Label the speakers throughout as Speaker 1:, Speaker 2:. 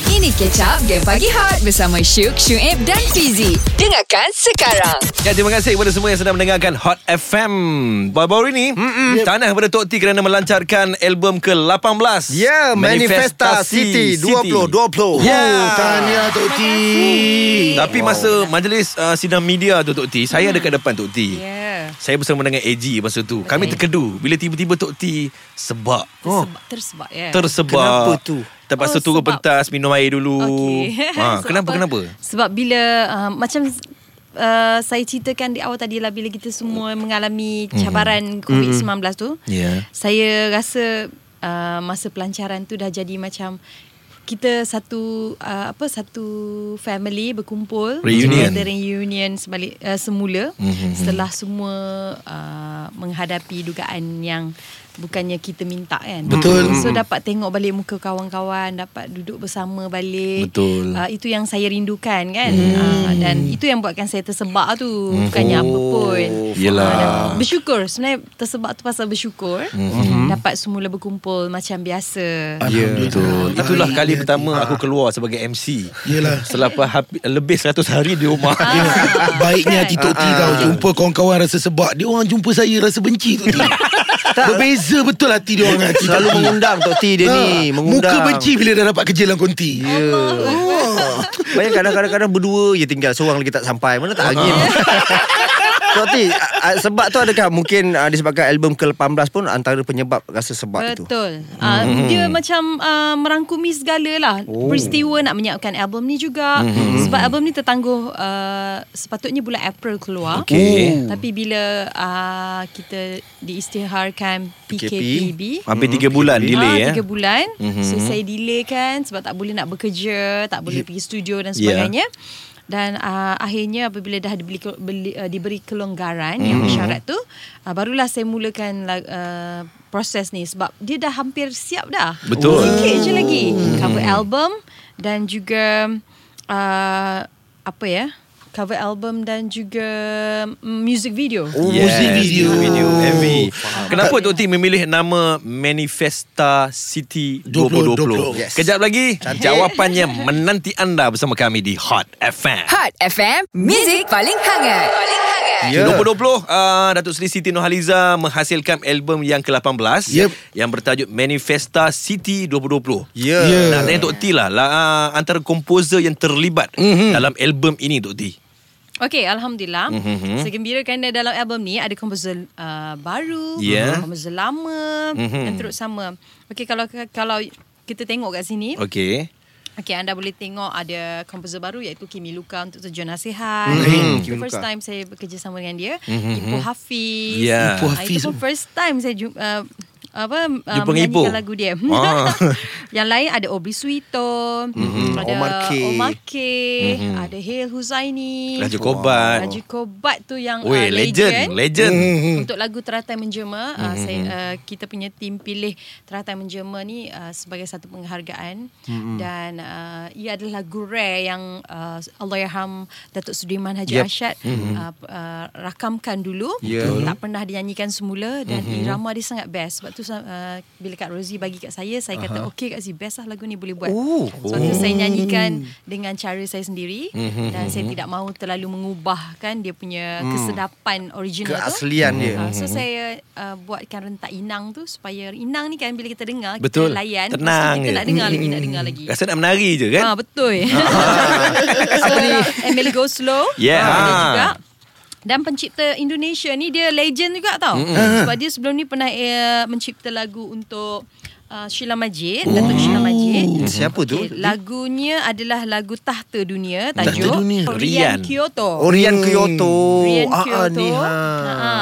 Speaker 1: Ini Kecap Game Pagi Hot bersama Syuk, Syuib dan Fizi. Dengarkan sekarang.
Speaker 2: Ya, terima kasih kepada semua yang sedang mendengarkan Hot FM. Baru-baru ini, yep. tanah kepada Tok T kerana melancarkan album ke-18.
Speaker 3: Ya, yeah, Manifesta City 2020.
Speaker 2: Ya.
Speaker 3: Oh, Tahniah Tok T.
Speaker 2: Tapi masa majlis uh, sidang media tu Tok T, saya
Speaker 1: Hmm.
Speaker 2: ada kat depan Tok T.
Speaker 1: Yeah.
Speaker 2: Saya bersama dengan AG masa tu. Kami terkedu bila tiba-tiba Tok T sebab.
Speaker 1: Oh. Tersebab, tersebab ya.
Speaker 2: Tersebab.
Speaker 3: Kenapa tu?
Speaker 2: Terpaksa oh,
Speaker 1: Oh,
Speaker 2: turun
Speaker 1: sebab-
Speaker 2: pentas, minum air dulu.
Speaker 1: Okey.
Speaker 2: Ha,
Speaker 1: Sebab
Speaker 2: kenapa,
Speaker 1: apa?
Speaker 2: kenapa?
Speaker 1: Sebab bila uh, macam uh, saya ceritakan di awal tadi lah bila kita semua mengalami cabaran COVID-19 tu.
Speaker 2: Mhm. Ya.
Speaker 1: Saya rasa uh, masa pelancaran tu dah jadi macam kita satu uh, apa satu family berkumpul
Speaker 2: Reunion.
Speaker 1: kita reunion sebalik uh, semula
Speaker 2: Mhm.
Speaker 1: mm-hmm. setelah semua uh, menghadapi dugaan yang bukannya kita minta kan
Speaker 3: Betul.
Speaker 1: so
Speaker 2: Mhm.
Speaker 1: dapat tengok balik muka kawan-kawan dapat duduk bersama balik
Speaker 2: Betul. Mhm.
Speaker 1: uh, itu yang saya rindukan kan uh, dan itu yang buatkan saya tersebak tu bukannya apa pun
Speaker 2: Oh, Yelah.
Speaker 1: dan bersyukur sebenarnya tersebab tu pasal bersyukur
Speaker 2: Mhm.
Speaker 1: mm-hmm. dapat semula berkumpul macam biasa
Speaker 2: Ya,
Speaker 3: Alhamdulillah.
Speaker 2: betul. Itulah
Speaker 3: Baik.
Speaker 2: kali pertama aku keluar sebagai MC.
Speaker 3: Yelah.
Speaker 2: Setelah hapi- lebih 100 hari di rumah.
Speaker 1: Ah,
Speaker 3: Baiknya
Speaker 1: Kan?
Speaker 3: Tok
Speaker 4: Ah,
Speaker 3: T tau Jumpa kawan-kawan rasa sebab Dia orang jumpa saya rasa benci Tok T Berbeza betul hati dia orang hati
Speaker 4: Selalu
Speaker 3: Tok T.
Speaker 4: mengundang Tok T dia
Speaker 3: Ha,
Speaker 4: ni Mengundang
Speaker 3: Muka benci bila dah dapat kerja dalam konti
Speaker 4: Ya Banyak kadang-kadang berdua je tinggal Seorang lagi tak sampai Mana tak
Speaker 3: Ha.
Speaker 4: angin Tok T a- a- Sebab tu adakah Mungkin ah, disebabkan album ke-18 pun Antara penyebab rasa sebab itu
Speaker 1: Betul. Uh, Dia macam uh, merangkumi segala lah. Oh. Peristiwa nak menyiapkan album ni juga. Mm-hmm. Sebab album ni tertangguh uh, sepatutnya bulan April keluar.
Speaker 2: Okey.
Speaker 1: Tapi bila uh, kita diisytiharkan PKPB.
Speaker 2: Hampir 3 bulan delay
Speaker 1: ah,
Speaker 2: eh.
Speaker 1: Tiga bulan mm-hmm. So saya delay kan Sebab tak boleh nak bekerja Tak boleh pergi studio dan
Speaker 2: Yeah.
Speaker 1: sebagainya Dan uh, akhirnya apabila dah dibeli, beli, uh, diberi kelonggaran Yang
Speaker 2: Mhm.
Speaker 1: syarat tu uh, Barulah saya mulakan la- uh, proses ni Sebab dia dah hampir siap dah
Speaker 2: Betul. Hmm.
Speaker 1: Sikit je lagi Cover album Dan juga uh, Apa ya Cover album dan juga mm, Music video
Speaker 3: Oh, Music video.
Speaker 2: music video MV. Kenapa Tok T memilih nama Manifesta City 2020?
Speaker 3: 2020. Yes.
Speaker 2: Kejap lagi jawapannya menanti anda bersama kami di Hot FM.
Speaker 5: Hot FM, Music paling hangat. Paling hangat.
Speaker 3: Ya.
Speaker 2: Yeah. 2020 uh, Datuk Seri Siti Nurhaliza menghasilkan album yang ke-18
Speaker 3: Yep.
Speaker 2: yang bertajuk Manifesta City 2020.
Speaker 4: Ya
Speaker 3: Ya.
Speaker 2: Nak tanya Tok T lah, lah ah, antara komposer yang terlibat
Speaker 3: Mhm.
Speaker 2: mm-hmm. dalam album ini Tok T.
Speaker 1: Okay, Alhamdulillah. Mm-hmm. Saya gembira kerana dalam album ni ada komposer uh, baru,
Speaker 2: Yeah.
Speaker 1: komposer lama mm-hmm. dan terutama. Okay, kalau kalau kita tengok kat sini,
Speaker 2: Okey.
Speaker 1: okay anda boleh tengok ada komposer baru iaitu Kimi Luka untuk tujuan nasihat.
Speaker 4: Mhm, Kimi
Speaker 1: Itu first
Speaker 4: Luka.
Speaker 1: time saya bekerja sama dengan dia. Mm-hmm. Ibu Hafiz.
Speaker 2: Yeah.
Speaker 3: Ibu
Speaker 1: Ah,
Speaker 3: Hafiz.
Speaker 1: Itu pun first time saya jumpa uh, apa uh,
Speaker 2: Jumpa dengan Ibu.
Speaker 1: menyanyikan lagu dia.
Speaker 2: Ah. Mhm.
Speaker 1: Yang lain ada Aubrey Suito, mm-hmm. ada
Speaker 4: Omar K.
Speaker 1: Omar K, mm-hmm. ada Hale Huzaini.
Speaker 2: Raja Kobat.
Speaker 1: Raja Kobat tu yang
Speaker 2: Weh,
Speaker 1: uh,
Speaker 2: legend, legend.
Speaker 3: Mhm.
Speaker 1: Untuk lagu Teratai Menjema, uh, saya, uh, kita punya tim pilih Teratai Menjema ni uh, sebagai satu penghargaan mm-hmm. dan uh, ia adalah lagu rare yang uh, Allahyarham Datuk Sudirman Haji
Speaker 2: Yep.
Speaker 1: yep. Ashad mm-hmm. uh, uh, rakamkan dulu,
Speaker 4: Ya.
Speaker 1: tak pernah dinyanyikan semula dan mm-hmm. irama dia sangat best. Sebab tu uh, bila Kak Rosie bagi kat saya, saya kata okey Kak Zee, best lah lagu ni boleh buat.
Speaker 2: Oh.
Speaker 1: Sebab tu saya nyanyikan dengan cara saya sendiri mm-hmm. dan saya tidak mahu terlalu mengubahkan dia punya kesedapan original
Speaker 4: Keaslian
Speaker 1: tu.
Speaker 4: dia
Speaker 1: Ah,
Speaker 2: Hmm.
Speaker 1: so saya uh, buatkan rentak inang tu supaya inang ni kan bila kita dengar
Speaker 2: Betul.
Speaker 1: kita layan lepas tu
Speaker 2: Tenang
Speaker 1: kita
Speaker 2: je. Hmm.
Speaker 1: nak dengar
Speaker 3: Mhm.
Speaker 1: lagi nak dengar lagi.
Speaker 2: Rasa nak menari je kan?
Speaker 1: Ah betul. so, Emily Go Slow.
Speaker 2: Yeah.
Speaker 1: Ah, ada
Speaker 2: Ah.
Speaker 1: juga. Dan pencipta Indonesia ni dia legend juga tau. Mm-hmm. Sebab dia sebelum ni pernah uh, mencipta lagu untuk uh, Sheila Majid, Datuk Sheila Majid.
Speaker 4: Siapa tu?
Speaker 1: Okey, lagunya adalah lagu Tahta Dunia tajuk
Speaker 3: Dunia.
Speaker 1: Rian
Speaker 2: Rian.
Speaker 1: Kyoto.
Speaker 4: Orion Kyoto
Speaker 1: Rian
Speaker 4: Ah, ah,
Speaker 1: Kyoto. Ah,
Speaker 4: ni, ha.
Speaker 1: Ha-ha.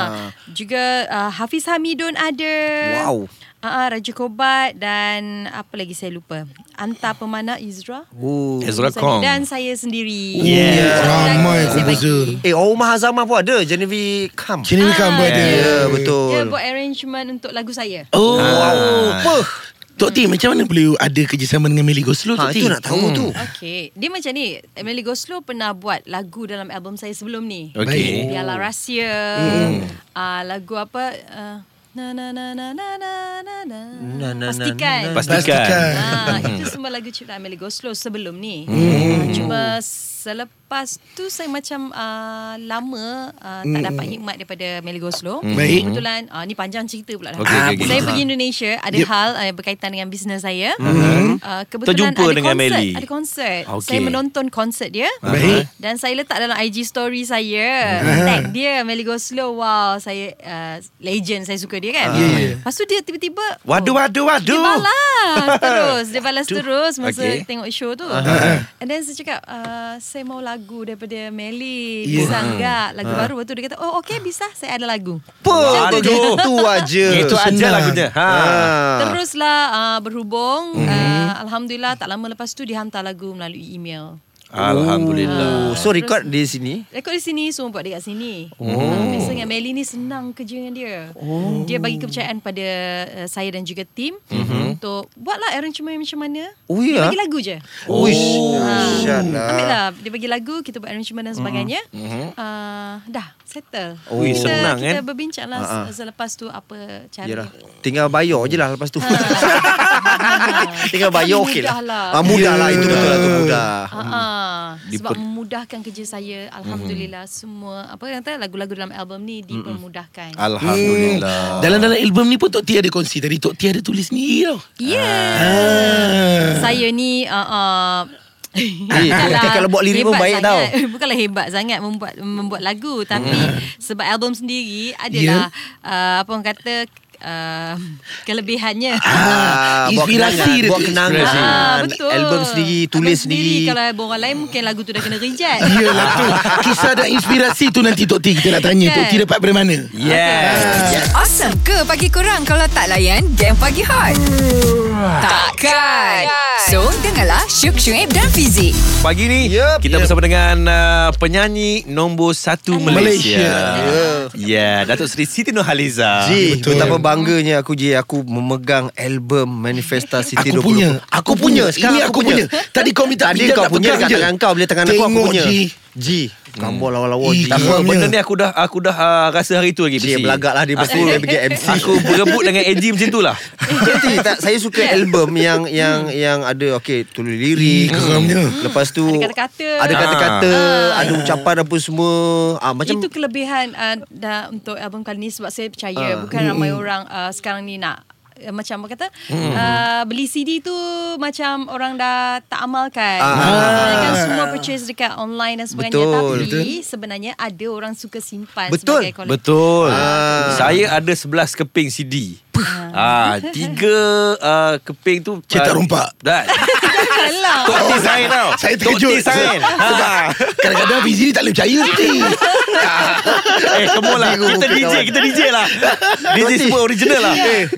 Speaker 1: Juga uh, Hafiz Hamidun ada.
Speaker 4: Wow.
Speaker 1: Uh, Raja Kobat dan apa lagi saya lupa. Anta Pemana Izra.
Speaker 4: Oh.
Speaker 2: Ezra Kong.
Speaker 1: Dan saya sendiri.
Speaker 2: Yeah.
Speaker 3: Oh, Ramai
Speaker 1: Saya bagi.
Speaker 3: komposer
Speaker 4: Eh Omar Hazamah pun ada Genevieve Kam
Speaker 3: Sini ni kan
Speaker 4: Ya
Speaker 3: berada
Speaker 4: betul Ah.
Speaker 1: Dia buat arrangement untuk lagu saya.
Speaker 3: Oh
Speaker 4: Apa?
Speaker 3: Tok T macam mana boleh Ada kerjasama dengan Meli Goslow
Speaker 4: Ha,
Speaker 3: Tok T Hmm.
Speaker 4: itu nak tahu tu
Speaker 1: Okay. Dia macam ni. Emily Goslow pernah buat lagu dalam album saya sebelum ni.
Speaker 4: Oh.
Speaker 2: Okey.
Speaker 4: Mm-hmm.
Speaker 1: Biarlah Rahsia. Mm. Uh, lagu Ah, apa? Uh, na na na na na na na na.
Speaker 4: Na, na, na, na,
Speaker 1: Pastikan.
Speaker 4: na.
Speaker 2: Pastikan.
Speaker 3: Pastikan.
Speaker 1: Ah,
Speaker 2: Hmm.
Speaker 1: itu semua lagu ciptaan Melly Goslow sebelum ni. Hmm. Cuma selepas tu saya macam uh, lama uh, tak
Speaker 2: Hmm.
Speaker 1: dapat hikmat daripada Melly Goslow.
Speaker 3: Baik.
Speaker 1: Kebetulan uh, ni panjang cerita pula dah.
Speaker 2: Okey, okey, Ha. okey.
Speaker 1: Saya pergi Indonesia ada yep. hal uh, berkaitan dengan bisnes saya. Uh, kebetulan
Speaker 2: Terjumpa
Speaker 1: ada
Speaker 2: dengan
Speaker 1: konsert,
Speaker 2: Melly.
Speaker 1: ada konsert.
Speaker 2: Hmm. Okey. Ah,
Speaker 1: Saya menonton konsert dia.
Speaker 3: Baik.
Speaker 1: Dan saya letak dalam IG story saya
Speaker 2: Hmm.
Speaker 1: Tag dia Melly Goslow Wow Saya uh, Legend Saya suka dia kan
Speaker 3: Ya, ya.
Speaker 1: Lepas tu dia tiba-tiba
Speaker 2: Ah. Waduh,
Speaker 1: oh,
Speaker 2: waduh, waduh.
Speaker 1: Dia balas Terus Dia balas terus Masa
Speaker 2: Okay.
Speaker 1: okay. tengok show tu And then saya cakap uh, Saya mau lagu daripada Melly
Speaker 3: Ya.
Speaker 1: Bisa enggak Lagu baru Lepas tu dia kata Oh okay bisa Saya ada lalagu
Speaker 4: Apa
Speaker 2: Aduh.
Speaker 4: tu tu aja.
Speaker 2: Itu aja
Speaker 3: senang. Ah.
Speaker 2: lagunya. Ha.
Speaker 1: Teruslah uh, berhubung uh, Alhamdulillah tak lama lepas tu Dihantar lagu melalui email
Speaker 2: Alhamdulillah.
Speaker 4: Oh, so record di sini.
Speaker 1: Rekod di sini Semua buat dekat sini oh. Biasa dengan Melly ni Senang kerja dengan dia oh. Dia bagi kepercayaan pada uh, Saya dan juga tim mm-hmm. Untuk Buatlah arrangement macam mana
Speaker 4: Oh,
Speaker 1: Dia
Speaker 4: ya?
Speaker 1: bagi lagu je
Speaker 4: Uish.
Speaker 1: Ah, Ambil
Speaker 4: Syahlah.
Speaker 1: lah Dia bagi lagu Kita buat arrangement dan sebagainya mm-hmm. uh, Dah Settle
Speaker 2: Oh,
Speaker 1: kita,
Speaker 2: senang,
Speaker 1: Kita
Speaker 2: kan?
Speaker 1: berbincang lah uh-huh. Selepas tu Apa cara
Speaker 4: Yalah. Tinggal bayar je lah lepas tu.
Speaker 1: Ha.
Speaker 4: Tinggal bayar okey lah.
Speaker 1: Mudah lah.
Speaker 4: Ah, mudah lah itu betul lah tu mudah.
Speaker 1: Ah, ah. sebab
Speaker 2: Diper-
Speaker 1: memudahkan kerja saya alhamdulillah semua apa kata lagu-lagu dalam album ni dipermudahkan.
Speaker 3: Hmm.
Speaker 2: Alhamdulillah.
Speaker 3: Dalam-dalam album ni pun Tok T ada kongsi Tadi Tok T ada tulis ni tau
Speaker 1: Ya. Yeah. Saya ni uh, uh,
Speaker 4: Tok T Eh, kalau buat lirik pun
Speaker 1: hebat
Speaker 4: baik
Speaker 1: sangat,
Speaker 4: tau. Hmm.
Speaker 1: Bukanlah hebat sangat membuat membuat lagu tapi sebab album sendiri
Speaker 4: Ya.
Speaker 1: adalah yeah. uh, apa orang kata uh, kelebihannya.
Speaker 4: Ah, buat
Speaker 3: Inspirasi
Speaker 4: kenangan,
Speaker 3: dia
Speaker 4: Buat
Speaker 3: tu,
Speaker 4: kenangan
Speaker 3: inspirasi.
Speaker 1: Ah, betul.
Speaker 4: Album sendiri Tulis
Speaker 1: Album
Speaker 4: sendiri Ah,
Speaker 1: Kalau album orang lain mungkin lagu tu dah kena reject.
Speaker 3: Yelah tu Kisah dan inspirasi tu nanti Tok T kita nak tanya Tok T
Speaker 4: Kan.
Speaker 3: dapat dari mana
Speaker 2: Yes.
Speaker 3: Ah.
Speaker 5: Awesome ke pagi kurang kalau tak layan game pagi hot? Takkan. So, dengarlah Syuk Syuib dan Fizik.
Speaker 2: Pagi ni
Speaker 4: Yup,
Speaker 2: kita
Speaker 4: yup.
Speaker 2: bersama dengan uh, penyanyi nombor satu Malaysia.
Speaker 3: Malaysia.
Speaker 2: Ya, yeah, Datuk Seri Siti Nurhaliza.
Speaker 4: Ji,
Speaker 3: Ah, Betul.
Speaker 4: betapa bangganya aku Ji Aku memegang album Manifesta City
Speaker 3: Aku
Speaker 4: 2020.
Speaker 3: punya Aku punya Sekarang aku punya Tadi kau minta
Speaker 4: Tadi
Speaker 3: pinjam,
Speaker 4: kau
Speaker 3: tak
Speaker 4: punya
Speaker 3: pegang
Speaker 4: Dekat
Speaker 3: je.
Speaker 4: tangan kau Bila tangan aku aku
Speaker 3: Tengok,
Speaker 4: punya
Speaker 3: Ji.
Speaker 4: Ji Kamu lawa-lawa
Speaker 3: Ih,
Speaker 4: Ji
Speaker 2: Tak apa,
Speaker 3: Iya.
Speaker 2: benda ni aku dah aku dah uh, rasa hari tu lagi.
Speaker 4: Ji
Speaker 2: Besi.
Speaker 4: belagak lah Dia
Speaker 2: Aku,
Speaker 4: betul Dia pergi MC
Speaker 2: aku berebut dengan AG macam tu lah.
Speaker 4: Jadi tak, saya suka album yang yang yang ada okey tulis lirik.
Speaker 3: Hmm, Geramnya.
Speaker 4: Lepas tu
Speaker 1: Ada kata-kata. Ah.
Speaker 4: Ada kata-kata, ada ucapan apa semua. Ah macam
Speaker 1: Itu kelebihan uh, dah untuk album kali ni sebab
Speaker 4: Ah.
Speaker 1: saya percaya uh. bukan ramai orang uh, sekarang ni nak uh, macam apa kata uh, beli CD tu macam orang dah tak amalkan. Uh. Kan semua purchase dekat online dan sebagainya
Speaker 4: Ah. Betul.
Speaker 1: tapi
Speaker 4: Betul.
Speaker 1: sebenarnya ada orang suka simpan
Speaker 4: Betul.
Speaker 1: sebagai kolektor.
Speaker 2: Betul. Ah. Saya ada 11 keping CD. Ah, tiga uh, keping tu
Speaker 3: Cetak
Speaker 2: ah,
Speaker 3: rompak.
Speaker 2: Dah.
Speaker 1: Alah.
Speaker 2: Tok T sign tau.
Speaker 3: Saya
Speaker 2: Tok T
Speaker 3: terkejut.
Speaker 2: sign. Ha.
Speaker 3: Kadang-kadang Fizi ni tak boleh percaya Tok T
Speaker 2: Eh, kemul lah.
Speaker 4: Biru
Speaker 2: Kita
Speaker 4: pun
Speaker 2: DJ,
Speaker 4: kawan. Eh.
Speaker 2: kita DJ lah. DJ
Speaker 4: Nanti.
Speaker 2: semua original lah.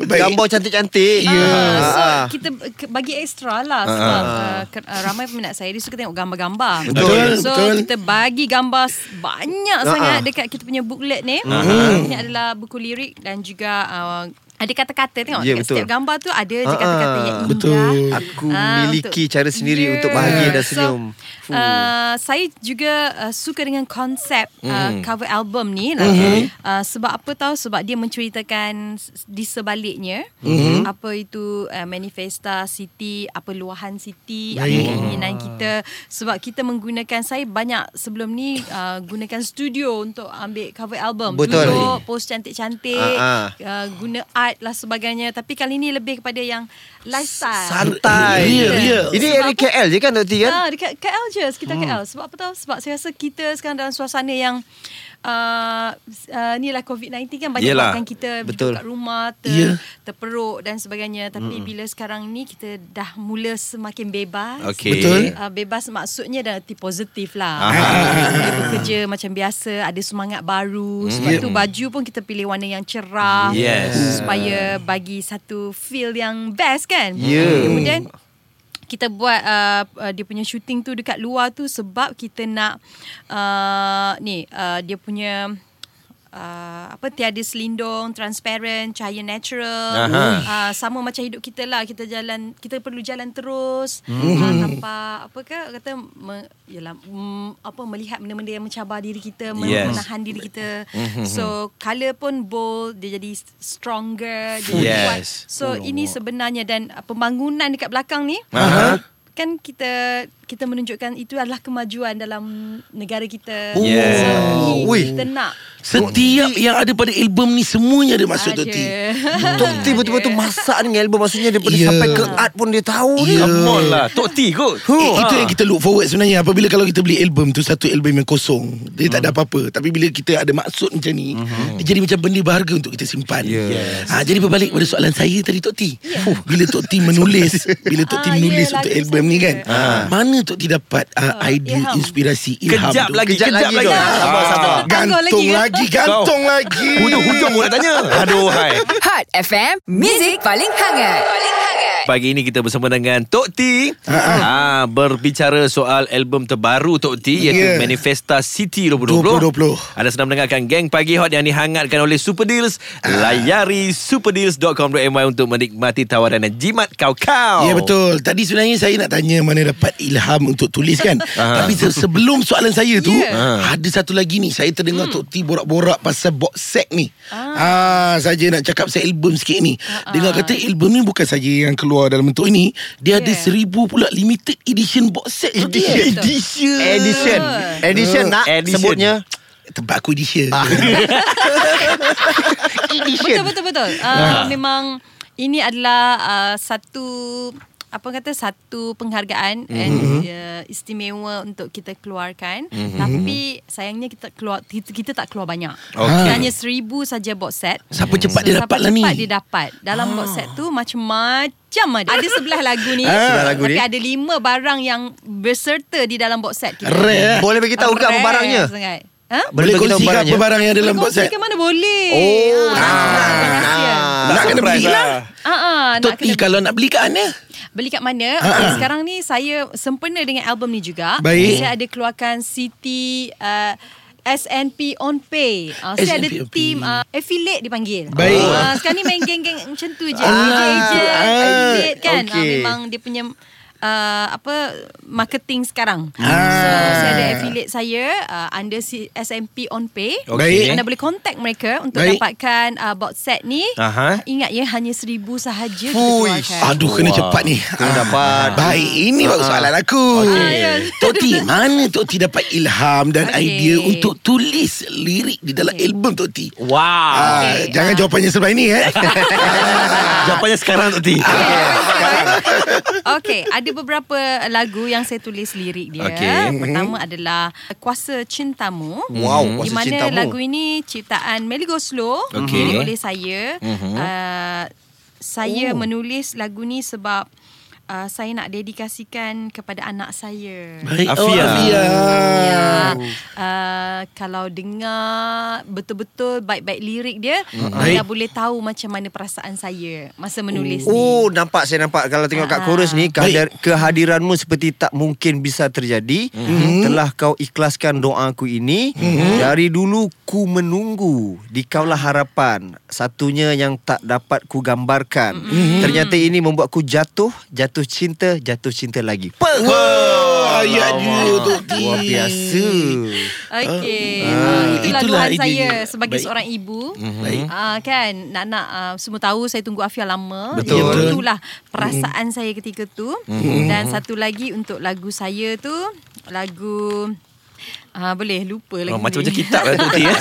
Speaker 3: Baik.
Speaker 4: gambar cantik-cantik. Ya.
Speaker 1: Ah, so
Speaker 4: Ah.
Speaker 1: kita ke- bagi ekstra lah sebab uh, ke- uh, ramai peminat saya dia suka tengok gambar-gambar.
Speaker 3: Betul,
Speaker 1: So
Speaker 3: betul.
Speaker 1: kita bagi gambar s- banyak
Speaker 4: Ah,
Speaker 1: sangat
Speaker 4: ah.
Speaker 1: dekat kita punya booklet ni. Uh-huh. Ini adalah buku lirik dan juga uh, ada kata-kata tengok
Speaker 4: Ya,
Speaker 1: yeah,
Speaker 4: betul.
Speaker 1: setiap gambar tu ada je
Speaker 4: Ah, ah.
Speaker 1: kata-kata yang indah. Ah,
Speaker 3: Betul.
Speaker 4: Aku miliki cara sendiri untuk bahagia dan senyum.
Speaker 1: So, uh, saya juga uh, suka dengan konsep uh,
Speaker 4: Hmm.
Speaker 1: cover album ni lah. Uh, sebab apa tahu sebab dia menceritakan s- di sebaliknya
Speaker 4: Hmm.
Speaker 1: apa itu uh, manifesta city, apa luahan city, apa keinginan
Speaker 4: Ah.
Speaker 1: kita sebab kita menggunakan saya banyak sebelum ni uh, gunakan studio untuk ambil cover album.
Speaker 4: Betul.
Speaker 1: Duduk post cantik-cantik,
Speaker 4: Ah,
Speaker 1: uh, guna art lah sebagainya tapi kali ni lebih kepada yang lifestyle.
Speaker 4: Santai.
Speaker 3: Real, real.
Speaker 4: Ini
Speaker 1: Sebab
Speaker 4: area
Speaker 1: apa-
Speaker 4: KL je kan Tok T kan?
Speaker 1: Ah, dekat KL je, sekitar hmm. KL. Sebab apa tahu? Sebab saya rasa kita sekarang dalam suasana yang uh, uh, ni lah COVID-19 kan banyak
Speaker 2: Yelah.
Speaker 1: Yelah. kita
Speaker 4: Betul.
Speaker 1: Betul. kat rumah ter,
Speaker 3: Ya.
Speaker 1: yeah. terperuk dan sebagainya. Tapi hmm. bila sekarang ni kita dah mula semakin bebas.
Speaker 2: Okay.
Speaker 3: Betul.
Speaker 1: Uh, bebas maksudnya dalam arti positif lah. Kita bekerja macam biasa, ada semangat baru. Sebab tu baju pun kita pilih warna yang cerah.
Speaker 2: Yes.
Speaker 1: Supaya bagi satu feel yang best kan.
Speaker 4: Ya.
Speaker 1: Kemudian kita buat uh, uh, dia punya shooting tu ah, dekat luar tu sebab kita nak uh, ni uh, dia punya uh, apa tiada selindung, transparent, cahaya natural.
Speaker 2: Aha.
Speaker 1: Uh, sama macam hidup kita lah. Kita jalan kita perlu jalan terus mm. uh, tanpa apa ke kata me, yalah, mm, apa melihat benda-benda yang mencabar diri kita,
Speaker 2: Yes.
Speaker 1: yes. menahan diri kita. Mm-hmm. So color pun bold, dia jadi stronger, dia
Speaker 2: Yes.
Speaker 1: yes. kuat. So oh, ini sebenarnya dan uh, pembangunan dekat belakang ni
Speaker 2: Aha.
Speaker 1: kan kita kita menunjukkan itu adalah kemajuan dalam negara kita.
Speaker 2: Yes.
Speaker 1: So,
Speaker 4: Wih.
Speaker 1: kita nak
Speaker 3: Setiap yang ada pada album ni semuanya ada masuk Tok T.
Speaker 4: Tok T betul-betul masak dengan album Maksudnya daripada yeah.
Speaker 3: Ya.
Speaker 4: sampai ke art pun dia tahu ni
Speaker 3: Ya.
Speaker 2: Come on lah Tok T kot Ah.
Speaker 3: Eh, itu
Speaker 2: Ha.
Speaker 3: yang kita look forward sebenarnya Apabila kalau kita beli album tu Satu album yang kosong Dia
Speaker 2: Hmm.
Speaker 3: tak ada apa-apa Tapi bila kita ada maksud macam ni Dia jadi macam benda berharga Untuk kita simpan yes. ha, Jadi berbalik pada soalan saya tadi Tok T Fuh, Bila Tok T menulis Bila Tok T
Speaker 1: Ya. Ah,
Speaker 3: menulis
Speaker 1: yelah,
Speaker 3: Untuk
Speaker 1: tu
Speaker 3: album ni kan
Speaker 1: saya.
Speaker 3: Mana Tok T dapat uh, Idea,
Speaker 1: Ah, ilham.
Speaker 3: inspirasi, ilham
Speaker 2: Kejap
Speaker 3: tu?
Speaker 2: lagi
Speaker 4: Kejap
Speaker 2: Kejap lagi
Speaker 4: lagi, Dok.
Speaker 2: Ah.
Speaker 4: Sabar, sabar.
Speaker 1: Tangguh lagi kan?
Speaker 3: Gantung lagi Gantung lagi
Speaker 2: Hujung-hujung pun nak tanya Aduh hai
Speaker 5: Hot FM, Music paling hangat. Paling hangat.
Speaker 2: Pagi ini kita bersama dengan Tok T
Speaker 3: Ah,
Speaker 2: ha, Berbicara soal album terbaru Tok T Iaitu yeah.
Speaker 3: Yeah.
Speaker 2: Manifesta City 2020.
Speaker 3: 2020.
Speaker 2: Anda sedang mendengarkan Gang Pagi Hot Yang dihangatkan oleh Super Deals
Speaker 3: Ah.
Speaker 2: Layari superdeals.com.my Untuk menikmati tawaran dan jimat kau-kau
Speaker 3: Ya betul Tadi sebenarnya saya nak tanya Mana dapat ilham untuk tulis kan
Speaker 2: Ah.
Speaker 3: Tapi se- sebelum soalan saya tu
Speaker 1: Ya.
Speaker 3: yeah. Ada satu lagi ni Saya terdengar hmm. Tok T borak-borak Pasal box set ni ah. Saja nak cakap Pasal album sikit ni
Speaker 1: Ah,
Speaker 3: Dengar kata album ni Bukan saja yang keluar Dalam bentuk ini Dia ada
Speaker 1: Yeah.
Speaker 3: seribu pula Limited edition box
Speaker 1: Oh,
Speaker 3: set Tok T.
Speaker 4: Edition.
Speaker 3: Edition
Speaker 4: Edition Edition nak
Speaker 2: Edition.
Speaker 4: sebutnya
Speaker 3: Tempat aku edition
Speaker 4: Edition
Speaker 1: betul betul betul. Uh, memang ini adalah uh, satu apa kata satu penghargaan mm-hmm. and uh, istimewa untuk kita keluarkan mm-hmm. tapi sayangnya kita keluar kita, kita tak keluar banyak
Speaker 2: Okey.
Speaker 1: hanya seribu saja box set
Speaker 3: Siapa cepat dia
Speaker 1: siapa
Speaker 3: dapat lah ni
Speaker 1: cepat dia dapat dalam box set tu macam-macam ada ada sebelah lagu ni
Speaker 4: Sebelah lagu ni.
Speaker 1: tapi ada lima barang yang berserta di dalam box set kita
Speaker 3: Rare eh?
Speaker 4: Boleh bagi tahu kat
Speaker 1: Rare
Speaker 4: barangnya
Speaker 1: sangat. ha?
Speaker 4: Boleh
Speaker 3: Boleh kongsi
Speaker 4: beritahu
Speaker 3: apa
Speaker 4: barangnya?
Speaker 3: barang yang ada dalam
Speaker 1: Boleh
Speaker 3: box set
Speaker 1: kongsikan mana boleh
Speaker 4: Oh,
Speaker 1: Ah, rahsia.
Speaker 4: ah.
Speaker 3: Nak kena beli lah
Speaker 1: Ah, ah, nak
Speaker 3: Tok T
Speaker 1: kena
Speaker 3: kalau nak beli kat mana
Speaker 1: Beli kat mana? Okay, sekarang ni saya sempena dengan album ni juga.
Speaker 3: Baik.
Speaker 1: Saya ada keluarkan City uh, SNP on pay. Uh, saya ada
Speaker 3: SNP on
Speaker 1: team uh, affiliate dipanggil.
Speaker 3: Baik.
Speaker 1: Uh, sekarang ni main geng-geng macam tu je.
Speaker 3: Ah,
Speaker 1: Agent,
Speaker 3: ah,
Speaker 1: affiliate kan.
Speaker 4: okey.
Speaker 1: Okay. Uh, memang dia punya uh, apa marketing sekarang. So
Speaker 3: Ah.
Speaker 1: saya ada affiliate saya uh, under si SNP on pay.
Speaker 2: Okey.
Speaker 1: Anda boleh contact mereka untuk
Speaker 3: Baik.
Speaker 1: dapatkan uh, box set ni.
Speaker 2: Aha.
Speaker 1: Ingat ya hanya seribu sahaja kita
Speaker 4: Fuish.
Speaker 1: keluarkan.
Speaker 3: Aduh kena
Speaker 4: Wah,
Speaker 3: cepat ni Ah.
Speaker 4: kena dapat.
Speaker 3: Baik ini baru soalan aku
Speaker 1: Ah, ya.
Speaker 3: Tok T mana Tok T dapat ilham Dan
Speaker 1: Okey.
Speaker 3: idea untuk tulis lirik Di dalam album Tok T
Speaker 2: Wow
Speaker 3: Ah,
Speaker 1: Okey,
Speaker 3: Jangan
Speaker 1: ah.
Speaker 3: jawapannya sebelah ini eh
Speaker 2: Jawapannya sekarang Tok T
Speaker 3: Ah.
Speaker 1: Okay, ada beberapa lagu yang saya tulis lirik dia.
Speaker 2: Okey.
Speaker 1: Okay. Pertama adalah Kuasa Cintamu.
Speaker 4: Mhm. Wow, Kuasa
Speaker 1: Di mana
Speaker 4: Cintamu.
Speaker 1: lagu ini ciptaan Meli Goslow
Speaker 2: Okey.
Speaker 1: oleh saya.
Speaker 4: Mhm.
Speaker 1: Uh, saya oh. menulis lagu ni sebab uh, saya nak dedikasikan kepada anak saya.
Speaker 3: Baik
Speaker 2: Afia.
Speaker 3: Oh, Afia
Speaker 1: Ya, uh, kalau dengar betul-betul baik-baik lirik dia,
Speaker 4: Mhm.
Speaker 1: anda boleh tahu macam mana perasaan saya masa menulis ni.
Speaker 4: Oh nampak saya nampak Kalau tengok kat
Speaker 1: Ah.
Speaker 4: chorus ni kehadar, Kehadiranmu seperti tak mungkin bisa terjadi mm-hmm. Telah kau ikhlaskan doaku ini mm-hmm. Dari dulu ku menunggu Dikaulah harapan Satunya yang tak dapat ku gambarkan mm-hmm. Ternyata ini membuatku jatuh Jatuh cinta Jatuh cinta lagi Ah,
Speaker 3: Wah Ayat ya dia Tok T
Speaker 4: Luar biasa
Speaker 1: Okey.
Speaker 3: Ah,
Speaker 1: Uh, itulah,
Speaker 3: itulah
Speaker 1: itulah
Speaker 3: idea
Speaker 1: saya
Speaker 3: dia.
Speaker 1: sebagai
Speaker 3: Baik.
Speaker 1: seorang ibu.
Speaker 3: Baik
Speaker 1: Uh, kan Nak-nak uh, Semua tahu Saya tunggu Afia lama
Speaker 2: Betul.
Speaker 1: Jadi, Itulah Perasaan saya ketika tu Dan satu lagi Untuk lagu saya tu Lagu uh, Boleh lupa lagi
Speaker 2: Oh, Macam-macam
Speaker 1: ni.
Speaker 2: kitab lah Tok T eh.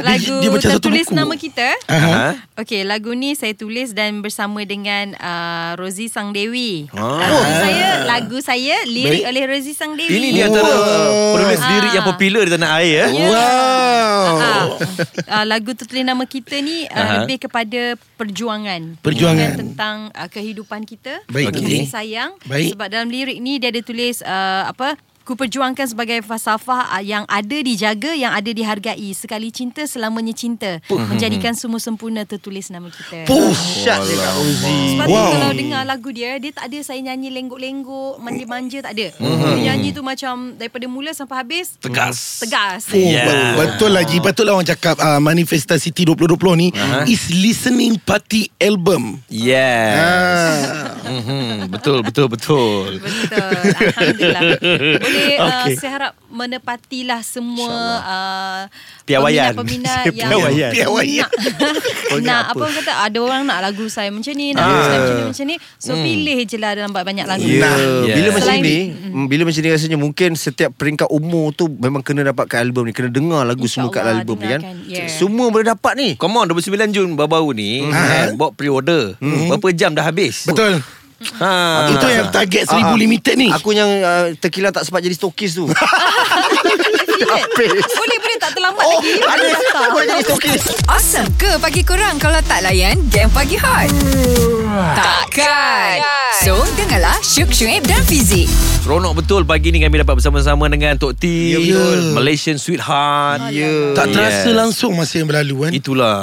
Speaker 1: Lagu
Speaker 3: Dia- dia macam satu
Speaker 1: tertulis
Speaker 3: buku.
Speaker 1: nama kita
Speaker 2: Aha.
Speaker 1: Okey, lagu ni saya tulis dan bersama dengan uh, Rosie Sang Dewi.
Speaker 2: Ah.
Speaker 1: Lagu saya, lagu saya lirik oleh Rosie Sang Dewi.
Speaker 2: Ini dia antara uh, Penulis lirik yang popular di tanah air eh.
Speaker 1: Ya.
Speaker 3: Wow
Speaker 1: Ah, ah, lagu tertulis nama kita ni uh,
Speaker 2: Aha.
Speaker 1: lebih kepada perjuangan.
Speaker 3: Perjuangan.
Speaker 1: Bukan tentang uh, kehidupan kita.
Speaker 3: Baik.
Speaker 1: Kasih
Speaker 3: Okey.
Speaker 1: sayang.
Speaker 3: Baik.
Speaker 1: Sebab dalam lirik ni dia ada tulis uh, apa Ku perjuangkan sebagai falsafah ah, yang ada dijaga, yang ada dihargai. Sekali cinta, selamanya cinta. Menjadikan
Speaker 3: Mm-hmm.
Speaker 1: semua sempurna tertulis nama kita.
Speaker 3: Push.
Speaker 4: Syat je Kak Uzi
Speaker 1: Sebab wow.
Speaker 3: Wow.
Speaker 1: tu kalau dengar lagu dia Dia tak ada saya nyanyi lenggok-lenggok Manja-manja tak ada
Speaker 3: Mm-hmm.
Speaker 1: Dia nyanyi tu macam Daripada mula sampai habis
Speaker 2: Tegas.
Speaker 1: Tegas
Speaker 3: Oh, yeah. Betul lagi Betul lah orang cakap uh, Manifestasi 2020 ni uh-huh. Is listening party album
Speaker 2: Yeah.
Speaker 3: Ah.
Speaker 2: Mhm, Betul, betul, betul.
Speaker 1: Betul Alhamdulillah Boleh okay.
Speaker 3: Okey.
Speaker 1: uh, Saya harap menepatilah semua uh,
Speaker 2: Piawaian.
Speaker 1: Peminat-peminat yang
Speaker 2: Piawaian.
Speaker 3: Piawaian.
Speaker 1: Nak, nak apa orang kata Ada orang nak lagu saya macam ni Nak lagu saya macam ni macam ni So pilih je lah Dalam banyak lagu
Speaker 4: Ya,
Speaker 2: Yeah.
Speaker 4: yeah. yeah. bila macam
Speaker 1: Selain-
Speaker 4: ni, mm. bila macam ni rasanya mungkin setiap peringkat umur tu memang kena dapat kat album ni, kena dengar lagu
Speaker 1: Insya
Speaker 4: semua kat
Speaker 1: Allah,
Speaker 4: album ni kan.
Speaker 1: dengarkan. Yeah.
Speaker 4: Semua boleh dapat ni.
Speaker 2: Come on 29 Jun baru-baru ni kan, Bawa pre-order Berapa jam dah habis
Speaker 3: Hmm. Betul
Speaker 2: ha.
Speaker 3: Itu yang target 1000
Speaker 4: Ah, ah.
Speaker 3: limited ni
Speaker 4: Aku yang uh, terkilah tak sempat jadi stokis tu. Habis.
Speaker 1: Ah, Boleh boleh tak terlambat oh, lagi
Speaker 4: Ada
Speaker 1: Datang.
Speaker 4: boleh jadi stokis.
Speaker 5: Awesome ke pagi korang kalau tak layan game pagi hot? Takkan. So, dengarlah Syuk Syuib dan Fizik.
Speaker 2: Seronok betul pagi ni kami dapat bersama-sama dengan Tok T
Speaker 3: Ya, betul.
Speaker 2: Malaysian Sweetheart yeah.
Speaker 3: Tak terasa langsung Masa yang berlalu kan
Speaker 2: Itulah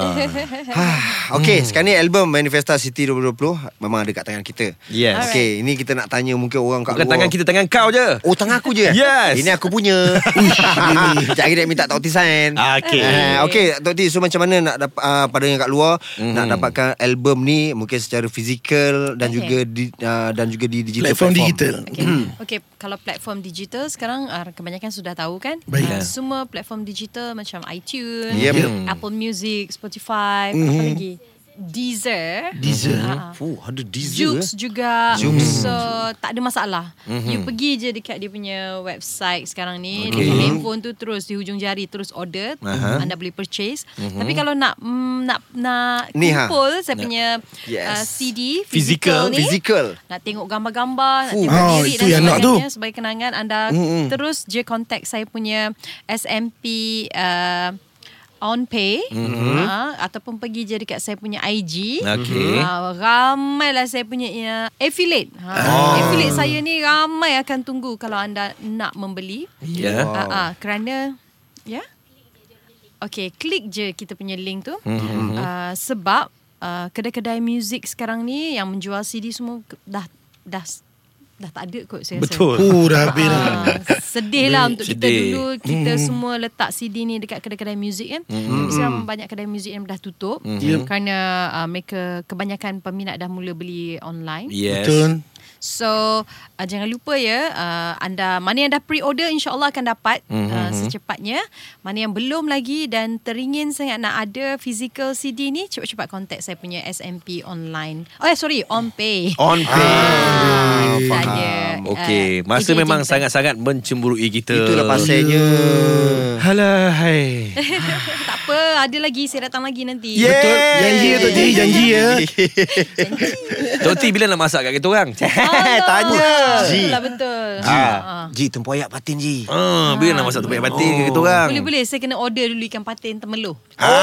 Speaker 1: Ah,
Speaker 2: Hmm.
Speaker 4: Okay, sekarang ni album Manifesta City 2020 memang ada kat tangan kita.
Speaker 2: Yes.
Speaker 4: Okay, ini kita nak tanya mungkin orang kat
Speaker 2: Bukan
Speaker 4: luar.
Speaker 2: tangan kita tangan kau je
Speaker 4: Oh tangan aku je eh?
Speaker 2: Yes.
Speaker 4: Ini aku punya Sekejap lagi nak minta Tok T sign
Speaker 3: Ah,
Speaker 2: Okey.
Speaker 4: uh, Okay Tok T So macam mana nak dapat uh, Pada yang kat luar
Speaker 3: Hmm.
Speaker 4: mm. Nak dapatkan album ni Mungkin secara fizikal Dan okay.
Speaker 1: Okay.
Speaker 4: juga di, uh, Dan juga di digital
Speaker 3: Platform
Speaker 4: platform,
Speaker 3: digital
Speaker 1: Okay. okay, kalau platform digital sekarang uh, kebanyakan sudah tahu kan? Ah,
Speaker 3: Baik.
Speaker 1: semua platform digital macam iTunes,
Speaker 4: Yep.
Speaker 1: Apple Music, Spotify, apa lagi? Deezer.
Speaker 3: Deezer.
Speaker 1: Ah, ah.
Speaker 4: Oh ada Deezer eh? Hmm.
Speaker 1: Joox juga So tak ada masalah You pergi je dekat dia punya website sekarang ni okay. Dekat handphone tu terus di hujung jari Terus order Anda boleh purchase Tapi kalau nak mm, nak nak
Speaker 4: Hmm. Ni ha.
Speaker 1: kumpul Saya punya
Speaker 4: Yes.
Speaker 1: uh, CD
Speaker 2: Physical.
Speaker 1: Physical, ni
Speaker 4: Physical
Speaker 1: nak tengok gambar-gambar, nak
Speaker 4: Fuh.
Speaker 1: tengok
Speaker 3: Ah,
Speaker 1: lirik
Speaker 3: itu
Speaker 1: dan
Speaker 3: yang nak tu.
Speaker 1: sebagainya sebagai kenangan anda mm terus je contact saya punya SMP uh, on pay mm-hmm. uh, ataupun pergi je dekat saya punya IG.
Speaker 2: Okey.
Speaker 1: Uh, ramailah saya punya uh, affiliate. Ha, oh. Affiliate saya ni ramai akan tunggu kalau anda nak membeli.
Speaker 2: Ya.
Speaker 1: Uh, uh, kerana ya. Yeah? Okay, klik je kita punya link tu. Mm-hmm. Uh, sebab uh, kedai-kedai muzik sekarang ni yang menjual CD semua ke- dah dah dah tak ada kot saya rasa.
Speaker 3: Oh dah habis dah Mm-hmm.
Speaker 1: Ah, sedih lah untuk kita
Speaker 2: Sedih.
Speaker 1: dulu kita semua letak CD ni dekat kedai-kedai muzik kan.
Speaker 2: Mm-hmm.
Speaker 1: Tapi sekarang banyak kedai muzik yang dah tutup
Speaker 3: Yep.
Speaker 1: kerana uh, mereka kebanyakan peminat dah mula beli online.
Speaker 2: Yes
Speaker 3: Betul
Speaker 1: So uh, jangan lupa ya uh, anda mana yang dah pre-order insyaallah akan dapat mm-hmm. uh, secepatnya. Mana yang belum lagi dan teringin sangat nak ada physical CD ni cepat-cepat contact saya punya SMP online. Oh eh, sorry on pay.
Speaker 2: On pay
Speaker 1: Ah, saja.
Speaker 2: Oh, Okey
Speaker 1: Uh,
Speaker 2: Masa
Speaker 1: ejen-ejen
Speaker 2: memang
Speaker 1: kita.
Speaker 2: sangat-sangat mencemburui kita
Speaker 4: Itulah pasalnya
Speaker 2: Alah hai
Speaker 1: Tak apa, ada lagi saya datang lagi nanti.
Speaker 3: Betul Janji ya Tok Ji Janji ya
Speaker 2: Tok T bila nak masak kat kita orang
Speaker 1: Allah.
Speaker 4: Tanya.
Speaker 1: Itulah lah. betul. Ah.
Speaker 4: Ji tempoyak patin Ji
Speaker 2: Ah, bila nak masak tempat batin kat kita orang
Speaker 1: Boleh-boleh saya kena order dulu ikan patin temeloh.
Speaker 4: Ah.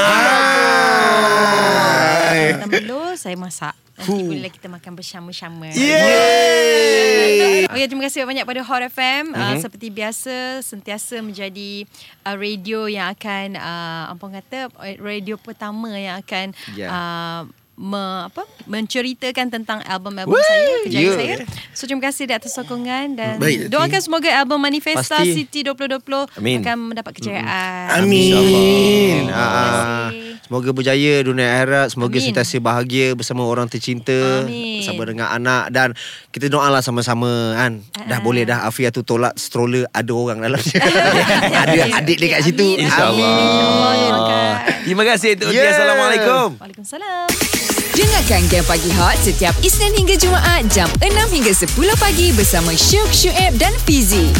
Speaker 4: Hai.
Speaker 1: Temeloh saya masak. Nanti bolehlah kita makan bersama-sama.
Speaker 4: Yeay
Speaker 1: Okay, terima kasih banyak pada Hot FM. Mm-hmm.
Speaker 4: Mhm.
Speaker 1: Uh, seperti biasa, sentiasa menjadi uh, radio yang akan, uh, apa orang kata, radio pertama yang akan
Speaker 4: Ya.
Speaker 1: yeah. uh, me, apa, menceritakan tentang album-album saya, kerjaya
Speaker 4: Ya.
Speaker 1: yeah. saya. So, terima kasih di atas sokongan dan
Speaker 3: Baik, Tati.
Speaker 1: doakan semoga album Manifesta
Speaker 4: Pasti.
Speaker 1: City 2020
Speaker 2: Amin.
Speaker 1: akan mendapat kejayaan.
Speaker 3: Amin
Speaker 4: Ah, Semoga berjaya dunia akhirat Semoga
Speaker 1: Amin.
Speaker 4: sentiasa bahagia Bersama orang tercinta
Speaker 1: Amin.
Speaker 4: Bersama dengan anak Dan kita doalah sama-sama kan
Speaker 1: Ah.
Speaker 4: Dah boleh dah Afia tu tolak stroller Ada orang dalamnya Ada adik dia kat situ
Speaker 1: Amin.
Speaker 2: InsyaAllah. Terima kasih Tok T
Speaker 4: Yeah.
Speaker 2: Assalamualaikum
Speaker 1: Waalaikumsalam.
Speaker 5: Dengarkan Game Pagi Hot setiap Isnin hingga Jumaat jam 6 hingga 10 pagi bersama Syuk Syuib dan Fizik.